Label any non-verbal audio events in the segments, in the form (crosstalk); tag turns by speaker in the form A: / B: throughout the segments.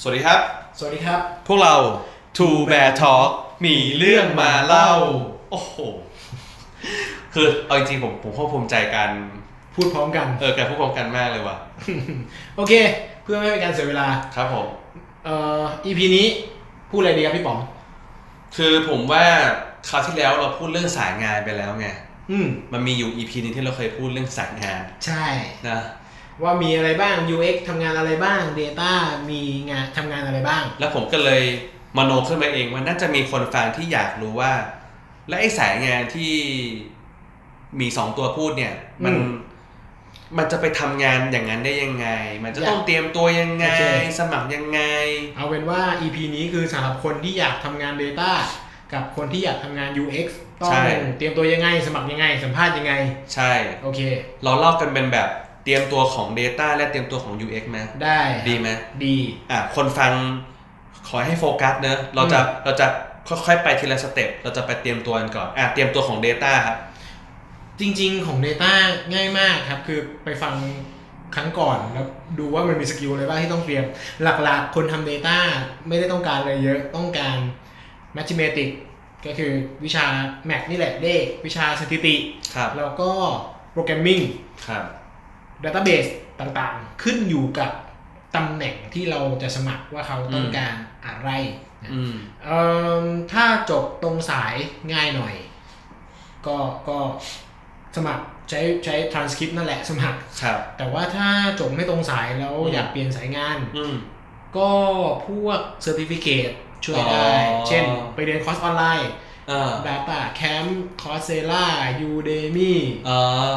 A: สวัสดีครับ
B: สวัสดีครับ
A: พวกเรา Two Bear Talk มีเรื่องมาเล่า โอ้โห คือเอาจริงๆผมผมภาคภูมิใจการ
B: พูดพร้อมกัน (laughs)
A: เออการพูดพร้อมกันมากเลยว่ะ
B: โอเค เพื่อไม่ให้เป็นการเสียเวลา
A: ครับผม
B: เอ่อ EP นี้พูดอะไรดีครับพี่ป๋อง
A: คือผมว่าคราวที่แล้วเราพูดเรื่องสายงานไปแล้วไง
B: อืม
A: มันมีอยู่ EP หนึงที่เราเคยพูดเรื่องสายงาน
B: ใช่
A: นะ
B: ว่ามีอะไรบ้าง UX ทำงานอะไรบ้าง Data มีงานทำงานอะไรบ้าง
A: แล้วผมก็เลยมโนขึ้นมาเองว่าน่าจะมีคนฟังที่อยากรู้ว่า และไอ้สายงานที่มีสองตัวพูดเนี่ย มัน
B: อืม
A: มันจะไปทำงานอย่างนั้นได้ยังไง มันจะ
B: อยาก
A: ต้องเตรียมตัวยังไง
B: โอเค
A: สมัครยังไง
B: เอาเป็นว่า EP นี้คือสำหรับคนที่อยากทำงาน Data กับคนที่อยากทำงาน UX ต้อง
A: ใช่
B: เตรียมตัวยังไง สมัครยังไง สัมภาษณ์ยังไง
A: ใช่
B: โอเค
A: เราเล่ากันเป็นแบบเตรียมตัวของ Data และเตรียมตัวของ UX ไหม
B: ได้
A: ดีไหม
B: ดี
A: อ่ะคนฟังขอให้โฟกัสเนอะเราจะเราจะค่อยๆไปทีละสเต็ปเราจะไปเตรียมตัวกันก่อนอ่ะเตรียมตัวของ Data ครับ
B: จริงๆของ Data ง่ายมากครับ คือไปฟังครั้งก่อนแล้วดูว่ามันมีสกิลอะไรบ้างที่ต้องเตรียม หลักๆ คนทำ Data ไม่ได้ต้องการอะไรเยอะต้องการ Mathematics ก็คือวิชา Math นี่แหละเลขวิชาสถิติ
A: ครับ
B: แล้วก็ Programming
A: ครับ
B: Database ต่างๆ ขึ้นอยู่กับตำแหน่งที่เราจะสมัครว่าเขาต้องการอะไรนะ
A: อืม
B: เอิ่มถ้าจบตรงสายง่ายหน่อย ก็ก็สมัครใช้ใช้ transcript นั่นแหละสมัคร
A: ครับ
B: แต่ว่าถ้าจบไม่ตรงสายแล้ว
A: อืม
B: อยากเปลี่ยนสายงาน
A: อืม
B: ก็พวก certificate ช่วยได้
A: อ๋อ
B: เช่นไปเรียนคอร์สออนไลน์
A: อ่า
B: Data Camp Coursera Udemy
A: อ่า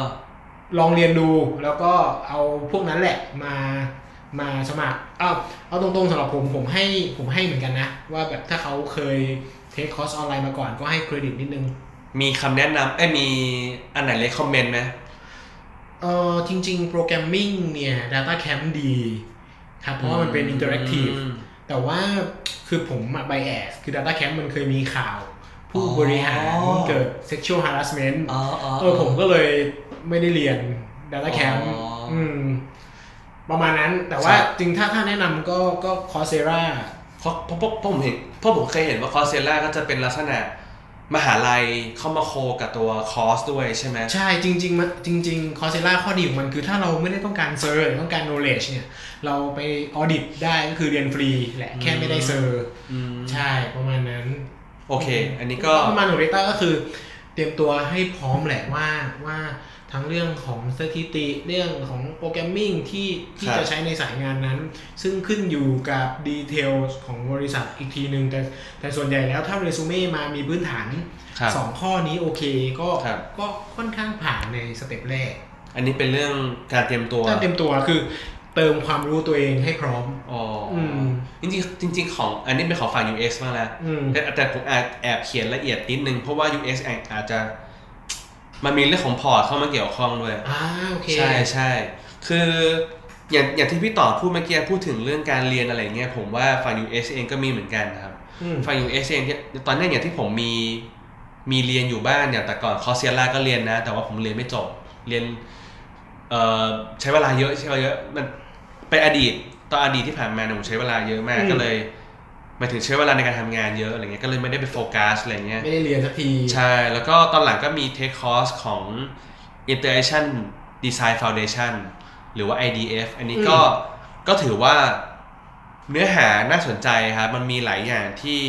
B: ลองเรียนดูแล้วก็เอาพวกนั้นแหละมามาสมัครเอาเอาตรงๆสำหรับผมผมให้ผมให้เหมือนกันนะ ว่าแบบถ้าเขาเคยเทคคอร์สออนไลน์มาก่อนก็ให้เครดิตนิดนึง
A: มีคำแนะนำเอ้ยมีอันไหนเลคคอมเมนต์ไหม
B: เออจริงๆ โปรแกรมมิ่งเนี่ย Data Camp ดีครับเพราะว่ามันเป็นอินเ r อร์แอคทีฟ
A: อืม
B: แต่ว่าคือผมอะไบแอสคือ Data Camp มันเคยมีข่าว ผู้บริหาร
A: อ๋อ
B: เกิด Sexual Harassment
A: อ๋ออ๋อ
B: เออผมก็เลยไม่ได้เรียน Data Camp
A: อ๋ออื
B: มประมาณนั้นแต่
A: ค
B: ว่า
A: รับ
B: จริงถ้าถ้าแนะนำก็ก็ Coursera
A: เพราะเพราะเพราะเพราะผมเห็นเพราะผมเคยเห็นว่าคอร์สเซล่าก็จะเป็นลักษณะมหาลัยเข้ามาโคกับตัวคอร์สด้วยใช่ไหม
B: ใช่จริงๆมันจริง ๆ Coursera ข้อดีของมันคือถ้าเราไม่ได้ต้องการเซอร์หรือต้องการ knowledge เนี่ย เราไปออดิตได้ก็คือเรียนฟรีแหละแค่ไม่ได้เซอร์
A: อืม
B: ใช่ประมาณนั้น
A: โอเค อันนี้ก็
B: ประมาณของ Data ก็คือ เตรียมตัวให้พร้อมแหละว่าว่าทั้งเรื่องของสถิติเรื่องของโปรแกรมมิ่งที่ที่จะใช้ในสายงานนั้น ซึ่งขึ้นอยู่กับดีเทลของบริษัทอีกทีหนึ่งแต่แต่ส่วนใหญ่แล้วถ้าเรซูเม่มามีพื้นฐาน
A: ครับ
B: สองข้อนี้โอเคก็
A: ครับ
B: ก็ค่อนข้างผ่านในสเต็ปแรก
A: อันนี้เป็นเรื่องการเตรียมตัว
B: ถ้าเตรียมตัวคือเติมความรู้ตัวเองให้พร้อม
A: อ๋ออ
B: ม
A: จริงๆจริงๆของอันนี้เป็นของฝั่ง US บ้างแล้ว
B: อืม
A: แต่แต่ผมอาจแอบเขียนละเอียดนิดนึง เพราะว่า US อาจอาจจะ มันมีเรื่องของพอร์ตเข้ามาเกี่ยวข้องด้วย
B: อ่าโอเค
A: ใช่ใช่คืออย่างอย่างที่พี่ต่อพูดเมื่อกี้พูดถึงเรื่องการเรียนอะไรเงี้ยผมว่าฝั่ง US เองก็มีเหมือนกันนะครับ
B: อืม
A: ฝั่ง US เองเนี่ยตอนเนี้ยอย่างที่ผมมีมีเรียนอยู่บ้านเนี่ยแต่ก่อนคอร์สเซียร่าก็เรียนนะ แต่ว่าผมเรียนไม่จบเรียนเอ่อใช้เวลาเยอะใช้เวลาเยอะมันไปนอดีตตอนอดีตที่ผ่านมาเนี่ยผมใช้เวลาเยอะมากก็เลยหมายถึงใช้เวลาในการทำงานเยอะอะไรเงี้ยก็เลยไม่ได้ไปโฟกัสอะไรเงี้ย
B: ไม่ได้เรียนสักที
A: ใช่ แล้วก็ตอนหลังก็มีเทคคอร์สของ Interaction Design Foundation หรือว่า IDF อันนี้ก็ก็ถือว่าเนื้อหาน่าสนใจครับ มันมีหลายอย่างที่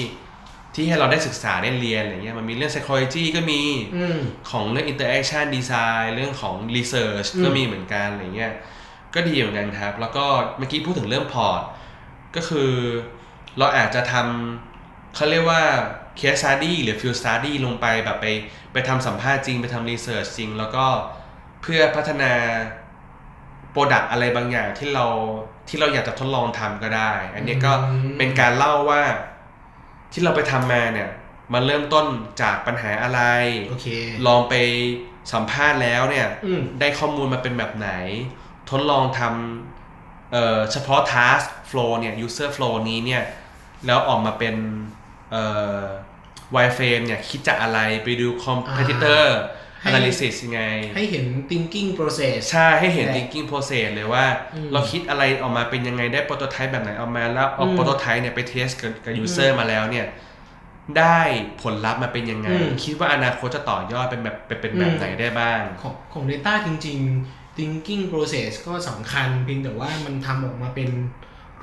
A: ที่ให้เราได้ศึกษาได้เรียนอะไรเงี้ย มันมีเรื่อง psychology ก็มี
B: อืม
A: ของเรื่อง interaction design เรื่องของ research
B: อืม
A: ก็มีเหมือนกันอะไรเงี้ย ก็ดีเหมือนกันครับ แล้วก็เมื่อกี้พูดถึงเรื่องพอร์ต ก็คือเราอาจจะทำเขาเรียกว่า case study หรือ field study ลงไปแบบไปไปทำสัมภาษณ์จริง ไปทำ research จริง แล้วก็เพื่อพัฒนา product อะไรบางอย่างที่เราที่เราอยากจะทดลองทำก็ได้ อันเนี้ยก็
B: อืม
A: เป็นการเล่าว่าที่เราไปทำมาเนี่ยมันเริ่มต้นจากปัญหาอะไร
B: โอเค
A: ลองไปสัมภาษณ์แล้วเนี่ย
B: อืม
A: ได้ข้อมูลมาเป็นแบบไหน ทดลองทำเอ่อเฉพาะ task flow เนี่ย user flow นี้เนี่ย แล้วออกมาเป็นเอ่อ wireframe เนี่ย คิดจากอะไรไปดู competitor
B: อ่ ให้
A: analysis ยังไง
B: ให้เห็น thinking process
A: ใช่ให้เห็น
B: แต่
A: thinking process เลยว่า
B: อืม
A: เราคิดอะไรออกมาเป็นยังไงได้ prototype แบบไหนออกมาแล้วเอา
B: อืม
A: prototype เนี่ยไป test กับกับ
B: อืม
A: user มาแล้วเนี่ย ได้ผลลัพธ์มาเป็นยังไง
B: อืม
A: คิดว่าอนาคตจะต่อยอดเป็นแบบเป็นเป็นแบบ
B: อืม
A: ไหนได้บ้าง
B: ของของ Data จริง ๆ thinking process ก็สำคัญเพียงแต่ว่ามันทำออกมาเป็น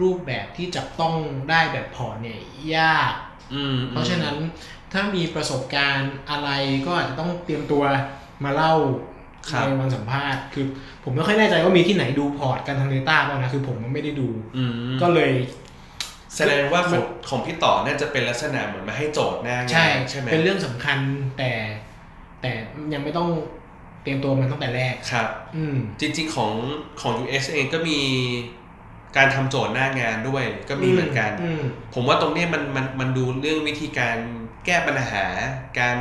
B: รูปแบบที่จับต้องได้แบบพอร์ตเนี่ยยาก
A: อืม
B: เพราะฉะนั้นถ้ามีประสบการณ์อะไรก็อาจจะต้องเตรียมตัวมาเล่าในวันสัมภาษณ์ คือผมไม่ค่อยแน่ใจว่ามีที่ไหนดูพอร์ตการทำ Data บ้างนะ คือผมไม่ได้ดู
A: อืม
B: ก็เลย
A: แสดงว่าของของพี่ต่อน่าจะเป็นลักษณะเหมือนมาให้โจทย์หน้างาน
B: ใช่
A: ใช่ไหม
B: เป็นเรื่องสำคัญแต่ แต่ยังไม่ต้องเตรียมตัวมันตั้งแต่แรก
A: ครับ
B: อืม
A: จริงๆของของ UX เองก็มีการทำโจทย์หน้างานด้วยก็มีเหมือนกัน
B: อืม
A: ผมว่าตรงเนี้ยมันมันมันดูเรื่องวิธีการแก้ปัญหา การ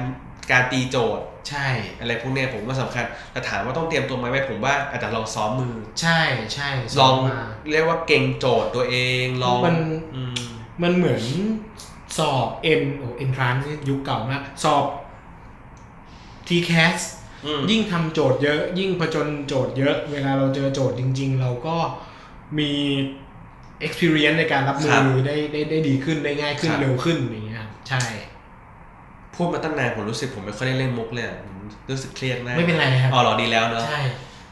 A: การตีโจทย์
B: ใช่
A: อะไรพวกเนี้ยผมว่าสำคัญแต่ถามว่าต้องเตรียมตัวไหมไหมผมว่าอาจจะลองซ้อมมือ
B: ใช่ใช่ส
A: ลอง
B: มา
A: เรียกว่าเก่งโจทย์ตัวเองลอง
B: มัน
A: อืม
B: มันเหมือนสอบเอ็นโอ้เอ็นทรานยุคเก่ามาก สอบทีแคส
A: อืม
B: ยิ่งทำโจทย์เยอะ ยิ่งผจญโจทย์เยอะ เวลาเราเจอโจทย์จริง ๆ เราก็มี experience ในการรับมือได้ได้ได้ดีขึ้นได้ง่ายขึ้นเร็วขึ้นอย่างเงี้ยครับใช่
A: พูดมาตั้งนานผมรู้สึกผมไม่ค่อยได้เล่นมุกเลยอะผมรู้สึกเครียดมาก
B: ไม่เป็นไรครับ
A: อ๋อเหรอดีแล้วเนาะ
B: ใช่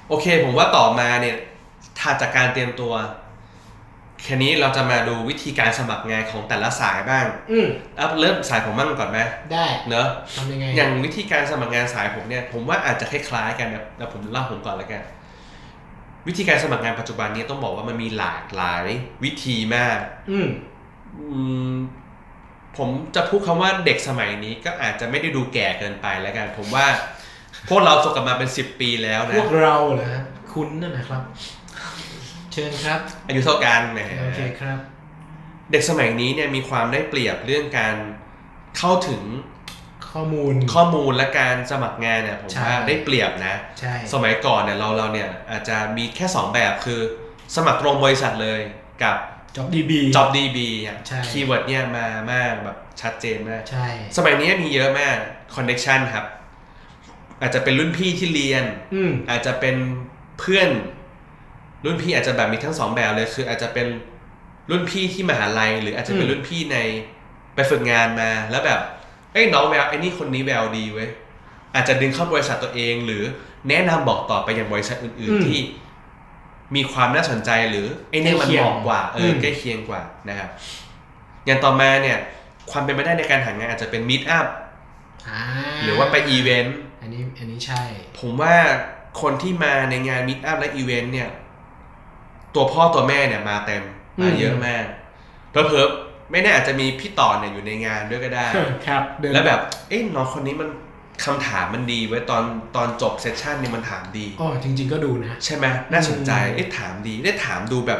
A: โอเค ผมว่าต่อมาเนี่ยถัดจากการเตรียมตัวแค่นี้เราจะมาดูวิธีการสมัครงานของแต่ละสายบ้าง
B: อืม
A: เอาเริ่มสายผมมั่งก่อนไหม
B: ได้
A: เนอะ
B: ทำยังไง
A: อย่างวิธีการสมัครงานสายผมเนี่ยผมว่าอาจจะคล้ายๆกันนะแต่ผมเล่าผมก่อนแล้วกัน วิธีการสมัครงานปัจจุบันเนี้ต้องบอกว่ามันมีหลากหลายวิธีมาก
B: อืม
A: อืมผมจะพูดคำว่าเด็กสมัยนี้ก็อาจจะไม่ได้ดูแก่เกินไปแล้วกัน ผมว่า พวกเราจบกันมาเป็น 10 ปีแล้ว
B: พ
A: นะ
B: วกเราเหรอฮะคุณนั่นนะครับ เชิญครับ
A: อายุเท่ากันนะฮะ
B: โอเคครับ
A: เด็กสมัยนี้เนี่ยมีความได้เปรียบเรื่องการเข้าถึง
B: ข้อมูล
A: ข้อมูลและการสมัครงานเนี่ยผม
B: ใช่
A: ว่าได้เปรียบนะ
B: ใช่
A: สมัยก่อนเนี่ยเราเราเนี่ยอาจจะมีแค่ 2 แบบคือสมัครตรงบริษัทเลยกับ
B: จ็อบดีบี
A: JobDB อ่ะ
B: ใช่
A: คีย์เวิร์ดเนี่ยมามากแบบชัดเจนมาก
B: ใช่
A: สมัยนี้มีเยอะมากคอนเน็ชันครับ อาจจะเป็นรุ่นพี่ที่เรียน
B: อืม
A: อาจจะเป็นเพื่อน รุ่นพี่อาจจะแบบมีทั้งสองแบบเลย คืออาจจะเป็นรุ่นพี่ที่มหาลัย หรืออาจจะเป็น
B: อืม
A: รุ่นพี่ในไปฝึกงานมาแล้วแบบเอ้ยน้องแววไอ้นี่คนนี้แววดีเว้ยอาจจะดึงเข้าบริษัทตัวเอง หรือแนะนำบอกต่อไปยังบริษัทอื่น ๆ ที่มีความน่าสนใจหรือไอ้เนี่ยมันเหมาะกว่าเออใกล้เคียงกว่านะครับอย่างต่อมาเนี่ย ความเป็นไปได้ในการหางานอาจจะเป็นมิ e อัพ
B: อ่า
A: หรือว่าไปอีเวนต์
B: อันนี้อันนี้ใช่
A: ผมว่าคนที่มาในงานมิ e อัพและอีเวนต์เนี่ย ตัวพ่อตัวแม่เนี่ยมาเต็ม
B: อืม
A: มาเยอะมากเพอเพอๆไม่แน่อาจจะมีพี่ต่อเนี่ยอยู่ในงานด้วยก็ได้
B: ครับเดิน
A: แล้วแบบ เอ้ยน้องคนนี้มันคำถามมันดีไว้ยตอนตอนจบเซสชันเนี่ยมันถามดี
B: อ๋อจริง ๆ ก็ดูนะ
A: ใช่ไหมน่าสนใจ
B: อืม
A: เอ้ยถามดีได้ถามดูแบบ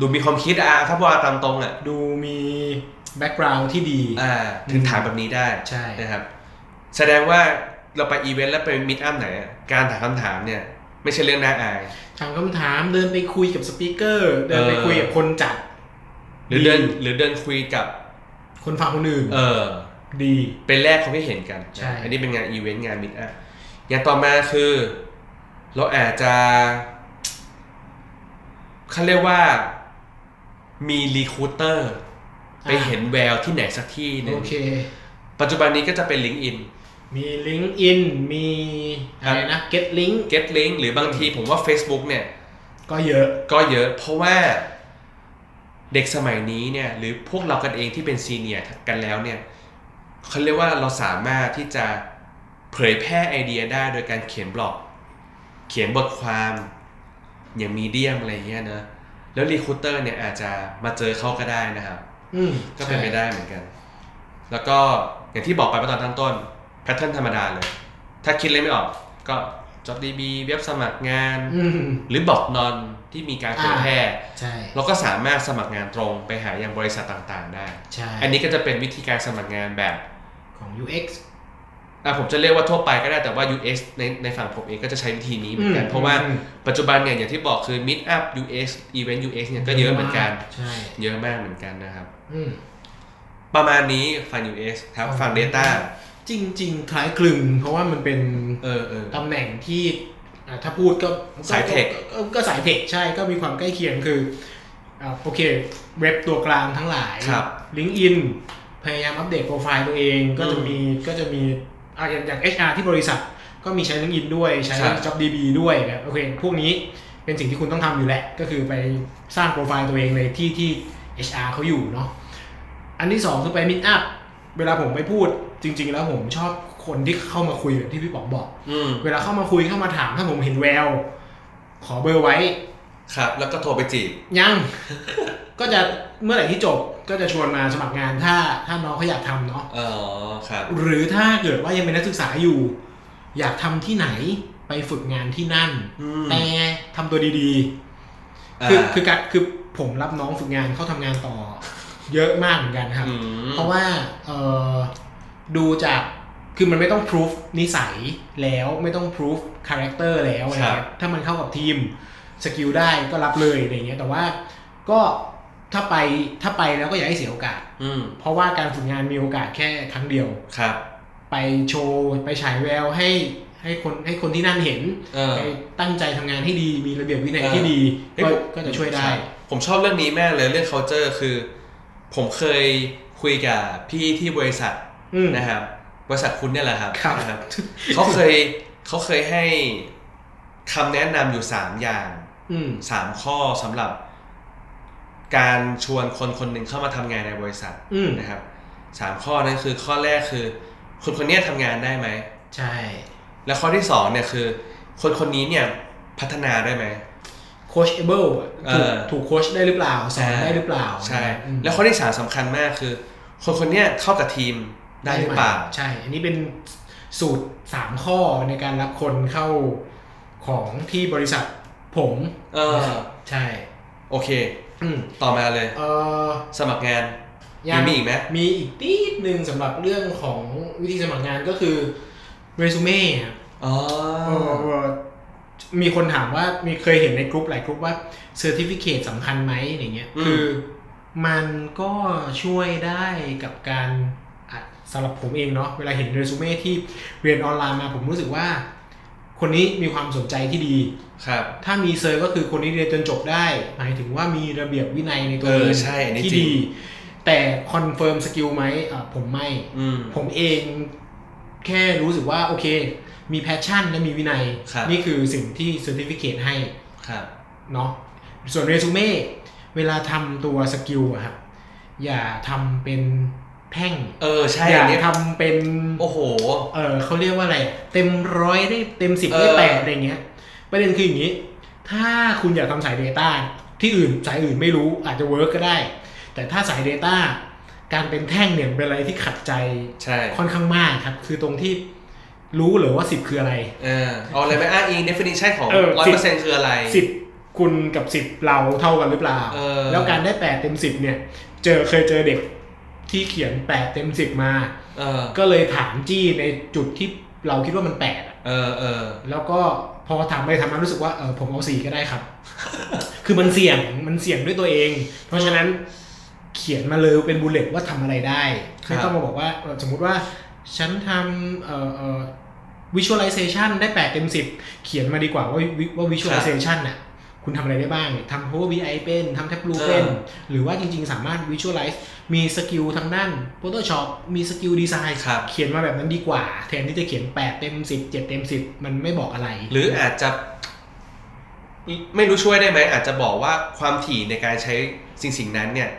A: ดูมีความคิดอะถ้าว่าตามตรงอะ
B: ดูมีแบ็กกราวด์ที่ดี
A: อ่า ถึง
B: อืม
A: ถามแบบนี้ได้
B: ใช่
A: นะครับแสดงว่าเราไปอีเวนต์แล้วไปมิตอัพไหนอะการถามคำถามเนี่ย ไม่ใช่เรื่องน่าอาย
B: ถามคำถามเดินไปคุยกับสปีกเกอร์ เดินไป
A: เออ
B: คุยกับคนจัด
A: หรือ
B: ดี
A: เดินหรือเดินคุยกับ
B: คนฟังคนอื่น
A: เออ
B: ดี
A: เป็นแรกเขาไม่เห็นกัน
B: ใช่
A: นะอันนี้เป็นงานอีเวนต์งานมิตอัพอย่างต่อมาคือ เราอาจจะเขาเรียกว่ามีรีคูเตอร์ไปเห็นแววที่ไหนสักที่หนึ่
B: โอง เค
A: ปัจจุบันนี้ก็จะเป็น LinkedIn
B: มีลิงก์อินมีอะไรนะ get link
A: Get Link หรือบางทีผมว่า Facebook เนี่ย
B: ก็เยอะ
A: ก็เยอะเพราะว่าเด็กสมัยนี้เนี่ยหรือพวกเรากันเองที่เป็นซีเนียร์กันแล้วเนี่ยเขาเรียกว่าเราสามารถที่จะเผยแพร่ไอเดียได้โดยการเขียนบล็อก เขียนบทความอย่างมีเดียมอะไรเงี้ยนะแล้วรีคูเตอร์เนี่ยอาจจะมาเจอเขาก็ได้นะครับ
B: อืม
A: ก็เป็นไป
B: ใช่
A: ได้เหมือนกัน แล้วก็อย่างที่บอกไปเมื่อตอนตั้งต้นแพทเทิร์นธรรมดาเลย ถ้าคิดเลยไม่ออกก็ JobDB เว็บสมัครงาน
B: อืม
A: หรือบอกนอนที่มีการเผย
B: อ่า
A: แพร่
B: ใช่
A: เราก็สามารถสมัครงานตรงไปหายังบริษัทต่างๆได้
B: ใช่
A: อันนี้ก็จะเป็นวิธีการสมัครงานแบบ
B: ของ UX
A: อ่ะผมจะเรียกว่าทั่วไปก็ได้แต่ว่า UX ในในฝั่งผมเองก็จะใช้วิธีนี้เหมือนกัน
B: อืม
A: เพราะว่า
B: อืม
A: ปัจจุบันเนี่ยอย่างที่บอกคือ Meet Up UX Event UX เนี่ยก็เยอะเหมือนกัน
B: ใช่
A: เยอะมากเหมือนกันนะครับ
B: อืม
A: ประมาณนี้ฝั่ง UX ครับ ฝั่ง Data
B: จริง ๆ คล้ายคลึง เพราะว่ามันเป็น
A: เออเออ
B: ตำแหน่งที่อ่ะถ้าพูดก็ก็
A: สายเทค
B: ก็ก็ก็สายเทคใช่ก็มีความใกล้เคียงคืออ่ะโอเคเว็บตัวกลางทั้งหลาย
A: ครับ
B: ลิงก์อินพยายามอัปเดตโปรไฟล์ตัวเองก็จะ
A: อืม
B: มีก็จะมีอ่ะอย่างอย่าง HR ที่บริษัทก็มีใช้ลิงก์อินด้วยใช้
A: ครับ
B: JobDB ด้วยนะโอเคพวกนี้เป็นสิ่งที่คุณต้องทำอยู่แหละ ก็คือไปสร้างโปรไฟล์ตัวเองในที่ที่ HR เขาอยู่เนาะอันที่สองคือไป Meet Up เวลาผมไปพูดจริง ๆ แล้วผมชอบคนที่เข้ามาคุยแบบที่พี่ป๋องบอก
A: อืม
B: เวลาเข้ามาคุยเข้ามาถามถ้าผมเห็นแววขอเบอร์ไว้
A: ครับ แล้วก็โทรไปจีบ
B: ยัง (laughs) ก็จะเมื่อไหร่ที่จบก็จะชวนมาสมัครงานถ้าถ้าน้องเขาอยากทำเนาะ
A: อ๋อครับ
B: หรือถ้าเกิดว่ายังเป็นนักศึกษาอยู่ อยากทำที่ไหนไปฝึกงานที่นั่น
A: อืม
B: แต่ทำตัวดีๆ
A: า
B: คือคือการคือผมรับน้องฝึกงานเขาทำงานต่อ เยอะมากเหมือนกันครับ
A: อืม
B: เพราะว่าเออดูจากคือมันไม่ต้องพิสูจนิสัยแล้วไม่ต้องพิสูจคาแรคเตอร์แล้วอะไรเงี้ยถ้ามันเข้ากับทีมสกิลได้ก็รับเลยอะไรเงี้ยแต่ว่าก็ถ้าไปถ้าไปแล้วก็อย่าให้เสียโอกาส
A: อืม
B: เพราะว่าการฝึกงานมีโอกาสแค่ครั้งเดียว
A: ครับ
B: ไปโชว์ไปฉายแววให้ให้คนให้คนที่นั่นเห็น
A: เออ
B: ไปตั้งใจทำงานให้ดีมีระเบียบวินัย
A: เออ
B: ที่ดี
A: เฮ้ย
B: ก็
A: ผม
B: ก็จะช่วยได้
A: ใช่ผมชอบเรื่องนี้แม่เลยเรื่อง culture คือ ผมเคยคุยกับพี่ที่บริษัท
B: อืม
A: นะครับ บริษัทคุณเนี่ยแหละครับ
B: ครับ
A: นะ
B: (laughs)
A: เขาเคยเขาเคยให้คำแนะนำอยู่สามอย่าง
B: อืม
A: สามข้อสำหรับ การชวนคนคนหนึ่งเข้ามาทำงานในบริษัท
B: อืม
A: นะครับสามข้อนั้นคือข้อแรกคือ คนคนเนี้ยทำงานได้ไหม
B: ใช่
A: และข้อที่สองเนี่ยคือ คนคนนี้เนี่ยพัฒนาได้ไหม
B: โคชเอเบิล
A: เอ
B: ถูก
A: อ
B: ถูกโคชได้หรือเปล่า สอน
A: ใช่
B: ได้หรือเปล่า
A: ใช่
B: อืม
A: แล้วข้อที่สามสำคัญมากคือ คนคนเนี้ยเข้ากับทีมได้หรือเปล่า
B: ใช่ อันนี้เป็นสูตร 3 ข้อในการรับคนเข้าของที่บริษัทผม
A: เออ
B: นะครับใช่
A: โอเค
B: อืม
A: ต่อมาเลย
B: เออ
A: สมัครงาน
B: ยั
A: ยัง
B: ง
A: มีอีกไหม
B: มีอีกนิดนึงสำหรับเรื่องของวิธีสมัครงานก็คือเรซูเม่ครับ
A: อ๋อ
B: เออเออมีคนถามว่ามีเคยเห็นในกรุ๊ปหลายกรุ๊ปว่าเซอร์ติฟิเคตสำคัญไหมอย่างเงี้ย
A: อืม
B: คือมันก็ช่วยได้กับการอ่ะสำหรับผมเองเนาะเวลาเห็นเรซูเม่ที่เรียนออนไลน์มาผมรู้สึกว่า คนนี้มีความสนใจที่ดี
A: ครับ
B: ถ้ามีเซอร์ก็คือคนนี้เรียนจนจบได้ หมายถึงว่ามีระเบียบวินัยในตัว
A: เออ
B: เอง
A: ใช่อันนี้
B: ที่
A: จริง
B: ดี แต่คอนเฟิร์มสกิลไหมอ่ะผมไม่
A: อืม
B: ผมเองแค่รู้สึกว่าโอเค มีแพชชั่นและมีวินัย
A: ครับ
B: นี่คือสิ่งที่เซอร์ติฟิเคให้
A: ครับ
B: เนาะส่วนเรซูเม่เวลาทำตัวสกิลอะครับอย่าทำเป็นแท่ง
A: เออใช่
B: อ
A: อั
B: ย่าน
A: เนี้ย
B: ทำเป็น
A: โอ้โห
B: เออเขาเรียกว่าอะไร เต็มร้อยได้เต็มสิบ
A: เออ
B: ได้แปดอะไรเงี้ยประเด็นคืออย่างนี้ ถ้าคุณอยากทำสาย Data ที่อื่นสายอื่นไม่รู้อาจจะเวิร์กก็ได้ แต่ถ้าสาย Data การเป็นแท่งเนี่ยเป็นอะไรที่ขัดใจ
A: ใช่
B: ค่อนข้างมากครับ คือตรงที่รู้เหรือว่าสิบคืออะไร
A: เออเอาอะไรไปอ้างอิง definition ของ
B: เออ
A: ร้อย
B: สิ
A: เปอบ ร์เซ็นต์คืออะไร
B: สิบคุณกับสิบเราเท่ากันหรือเปล่า
A: เออ
B: แล้วการได้แปดเต็มสิบเนี่ย เจอเคยเจอเด็กที่เขียนแปดเต็มสิบมา
A: เออ
B: ก็เลยถามจี้ในจุดที่เราคิดว่ามันแปด
A: เออเออ
B: แล้วก็พอถามไปถามมารู้สึกว่าเออผมเอาสี่ก็ได้ครับ (laughs) คือมันเสี่ยงมันเสี่ยงด้วยตัวเอง เพราะฉะนั้นเขียนมาเลยเป็นบุลเลตว่าทำอะไรได้
A: ครับ
B: ไม่ต้องมาบอกว่าเอ่อสมมุติว่าฉันทำเอ่อเอ่อ visualization ได้8เต็ม10 เขียนมาดีกว่าว่าวิว่า visualization น่ะคุณทำอะไรได้บ้างทำ Power BI เป็นทำ Tableau เป็น
A: เออ
B: หรือว่าจริงๆ สามารถ visualize มีสกิลทางด้าน Photoshop มีสกิลดีไซน์
A: ครับ
B: เขียนมาแบบนั้นดีกว่า แทนที่จะเขียน 8 เต็ม 10 7 เต็ม 10 มันไม่บอกอะไร
A: หรืออาจจะไม่รู้ช่วยได้ไหม อาจจะบอกว่าความถี่ในการใช้สิ่งสิ่งนั้นเนี่ย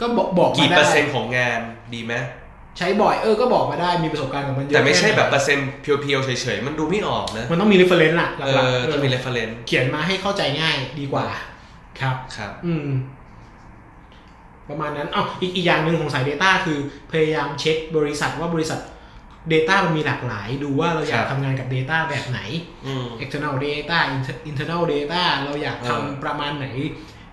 B: ก็บอกบอกมา
A: กี่
B: ได้
A: เปอร์เซ็นต์ของงานดีไหม
B: ใช้บ่อยเออก็บอกมาได้มีประสบการณ์กับมันเยอะ
A: แต่ไม่ใช่แบบ
B: ค่หน
A: เปอร์เซ็นต์เพียวๆเฉยๆ มันดูไม่ออกนะ
B: มันต้องมี reference ล่ะห
A: เอ
B: ลัก
A: อ
B: ๆ
A: ต้องมี
B: เอ
A: reference
B: อเขียนมาให้เข้าใจง่ายดีกว่า ครับ
A: ครับ
B: อืม ประมาณนั้นอ๋ออีกอีกอย่างหนึ่งของสาย Data คือพยายามเช็คบริษัทว่าบริษัท Data มันมีหลากหลาย ดูว่าเราอยาก
A: ครับ
B: ทำงานกับ Data แบบไหน
A: อืม
B: external data inter- internal data เราอยาก
A: เออ
B: ทำประมาณไหน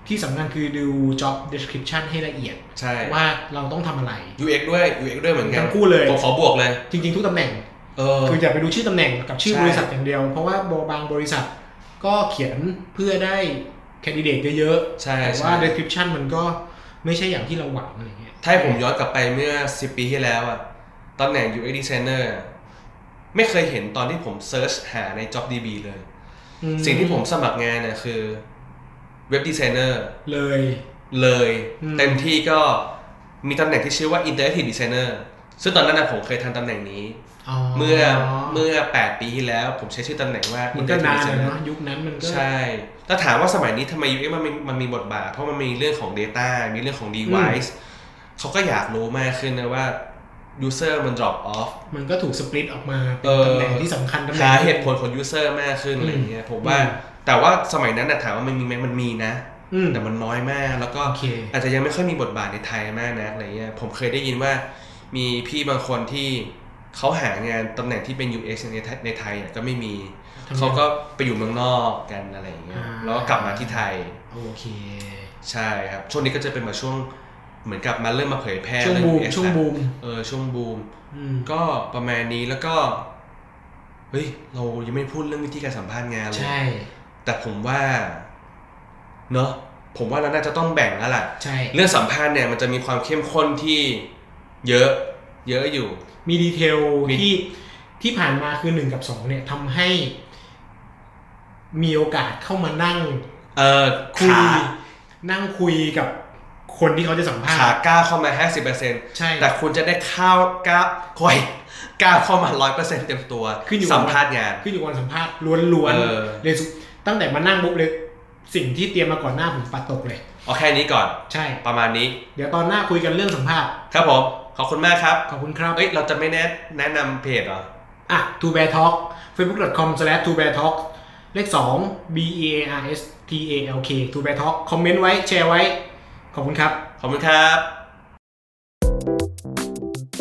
B: ที่สำคัญคือดู job description ให้ละเอียด
A: ใช่
B: ว่าเราต้องทำอะไร
A: UX ด้วย UX ด้วยเหมือนกัน
B: ทั้งคู่เลย
A: ผมขอบวกเลย
B: จริง ๆ ทุกตำแหน่ง
A: เออ
B: คืออย่าไปดูชื่อตำแหน่งกับชื่อ
A: ใช่
B: บริษัทอย่างเดียว เพราะว่าบางบริษัทก็เขียนเพื่อได้ candidate เยอะ
A: ใช่
B: ๆ แต่
A: ใช่
B: ว่า description มันก็ไม่ใช่อย่างที่เราหวังอะไรเงี้ย
A: ถ้าให้ผมย้อนกลับไปเมื่อสิบปีที่แล้วอะ ตำแหน่ง UX designer อะไม่เคยเห็นตอนที่ผมเซิร์ชหาใน JobDB เลย
B: อืม
A: สิ่งที่ผมสมัครงานเนี่ยคือเว็บดีไซเนอร์
B: เลย
A: เลย
B: อืม
A: เต็มที่ก็มีตำแหน่งที่ชื่อว่า Interactive Designer ซึ่งตอนนั้นนะผมเคยทำตำแหน่งนี้ เมื่อเมื่อ 8 ปีที่แล้วผมใช้ชื่อตำแหน่งว่า
B: มันก็นาน
A: Interactive
B: อะ
A: Designer
B: เนาะยุคนั้นมันก็
A: ใช่ ถ้าถามว่าสมัยนี้ทำไม UX มันมีมันมีบทบาท เพราะมันมีเรื่องของ Data มีเรื่องของ Device เขาก็อยากรู้มากขึ้นนะว่า User มัน drop off
B: มันก็ถูกสปลิตออกมาเป็
A: เอน อ
B: ตำแหน่งที่สำคัญตำแหน่ง
A: หาเหตุผลของ User มากขึ้น
B: อืม
A: อะไรเงี้ยผมว่า
B: อืม
A: แต่ว่าสมัยนั้นนะถามว่ามันมีไหมมันมีนะ
B: อืม
A: แต่มันน้อยมากแล้วก็
B: โอเค
A: อาจจะยังไม่ค่อยมีบทบาทในไทยมากนะอะไรเงี้ยผมเคยได้ยินว่ามีพี่บางคนที่เขาหางานตำแหน่งที่เป็น UX ในไทยในไทยอ่ะก็ไม่มี
B: ทำไม
A: เขาก็ไปอยู่เมืองนอกกันอะไรอย่างเงี้ย
B: อ่า
A: แล้วก็กลับมาที่ไทย
B: โอเค
A: ใช่ครับช่วงนี้ก็จะเป็นแบบช่วงเหมือนกับมาเริ่มมาเผยแพร่
B: ช่วง
A: เรื่อง
B: บูม
A: UX
B: ช่วง
A: ละ
B: บูม
A: เออช่วงบูม
B: อืม
A: ก็ประมาณนี้แล้วก็เฮ้ยเรายังไม่พูดเรื่องวิธีการสัมภาษณ์งานเลย
B: ใช่
A: แต่ผมว่า เนาะผมว่าเราน่าจะต้องแบ่งแล้วล่ะ
B: ใช่
A: เรื่องสัมภาษณ์เนี่ยมันจะมีความเข้มข้นที่เยอะ เยอะอยู่
B: มีดีเทล
A: มี
B: ที่ที่ผ่านมาคือหนึ่งกับสองเนี่ยทำให้ มีโอกาสเข้ามานั่ง
A: เออ
B: คุย
A: ขา
B: นั่งคุยกับคนที่เขาจะสัมภา
A: ขา
B: ษณ์
A: ก้าวเข้ามา 50%
B: ใช่
A: แต่คุณจะได้ข้าวก้าวคอยก้าวเข้ามาร้อยเปอร์เซ็นต์เต็มตัว
B: ขึ้นอยู่กับ
A: สัมภาษณ์งาน
B: ขึ้นอยู่กับวันสัมภาษณ์ล้วน
A: เออ
B: ๆเลยสุดตั้งแต่มานั่งปุ๊บเลย สิ่งที่เตรียมมาก่อนหน้าผมปัดตกเลย
A: เอาแค่นี้ก่อน
B: ใช่
A: ประมาณนี้
B: เดี๋ยวตอนหน้าคุยกันเรื่องสัมภาษณ์
A: ครับผมขอบคุณมากครับ
B: ขอบคุณครับ
A: เอ้ยเราจะไม่แนะแนะนำเพจเหรอ
B: อ่ะ two bear talk facebook.com slash two bear talk เลข 2 b e a r s t a l k two bear talk คอมเมนต์ไว้ แชร์ไว้ ขอบคุณครับ
A: ขอบคุณครับ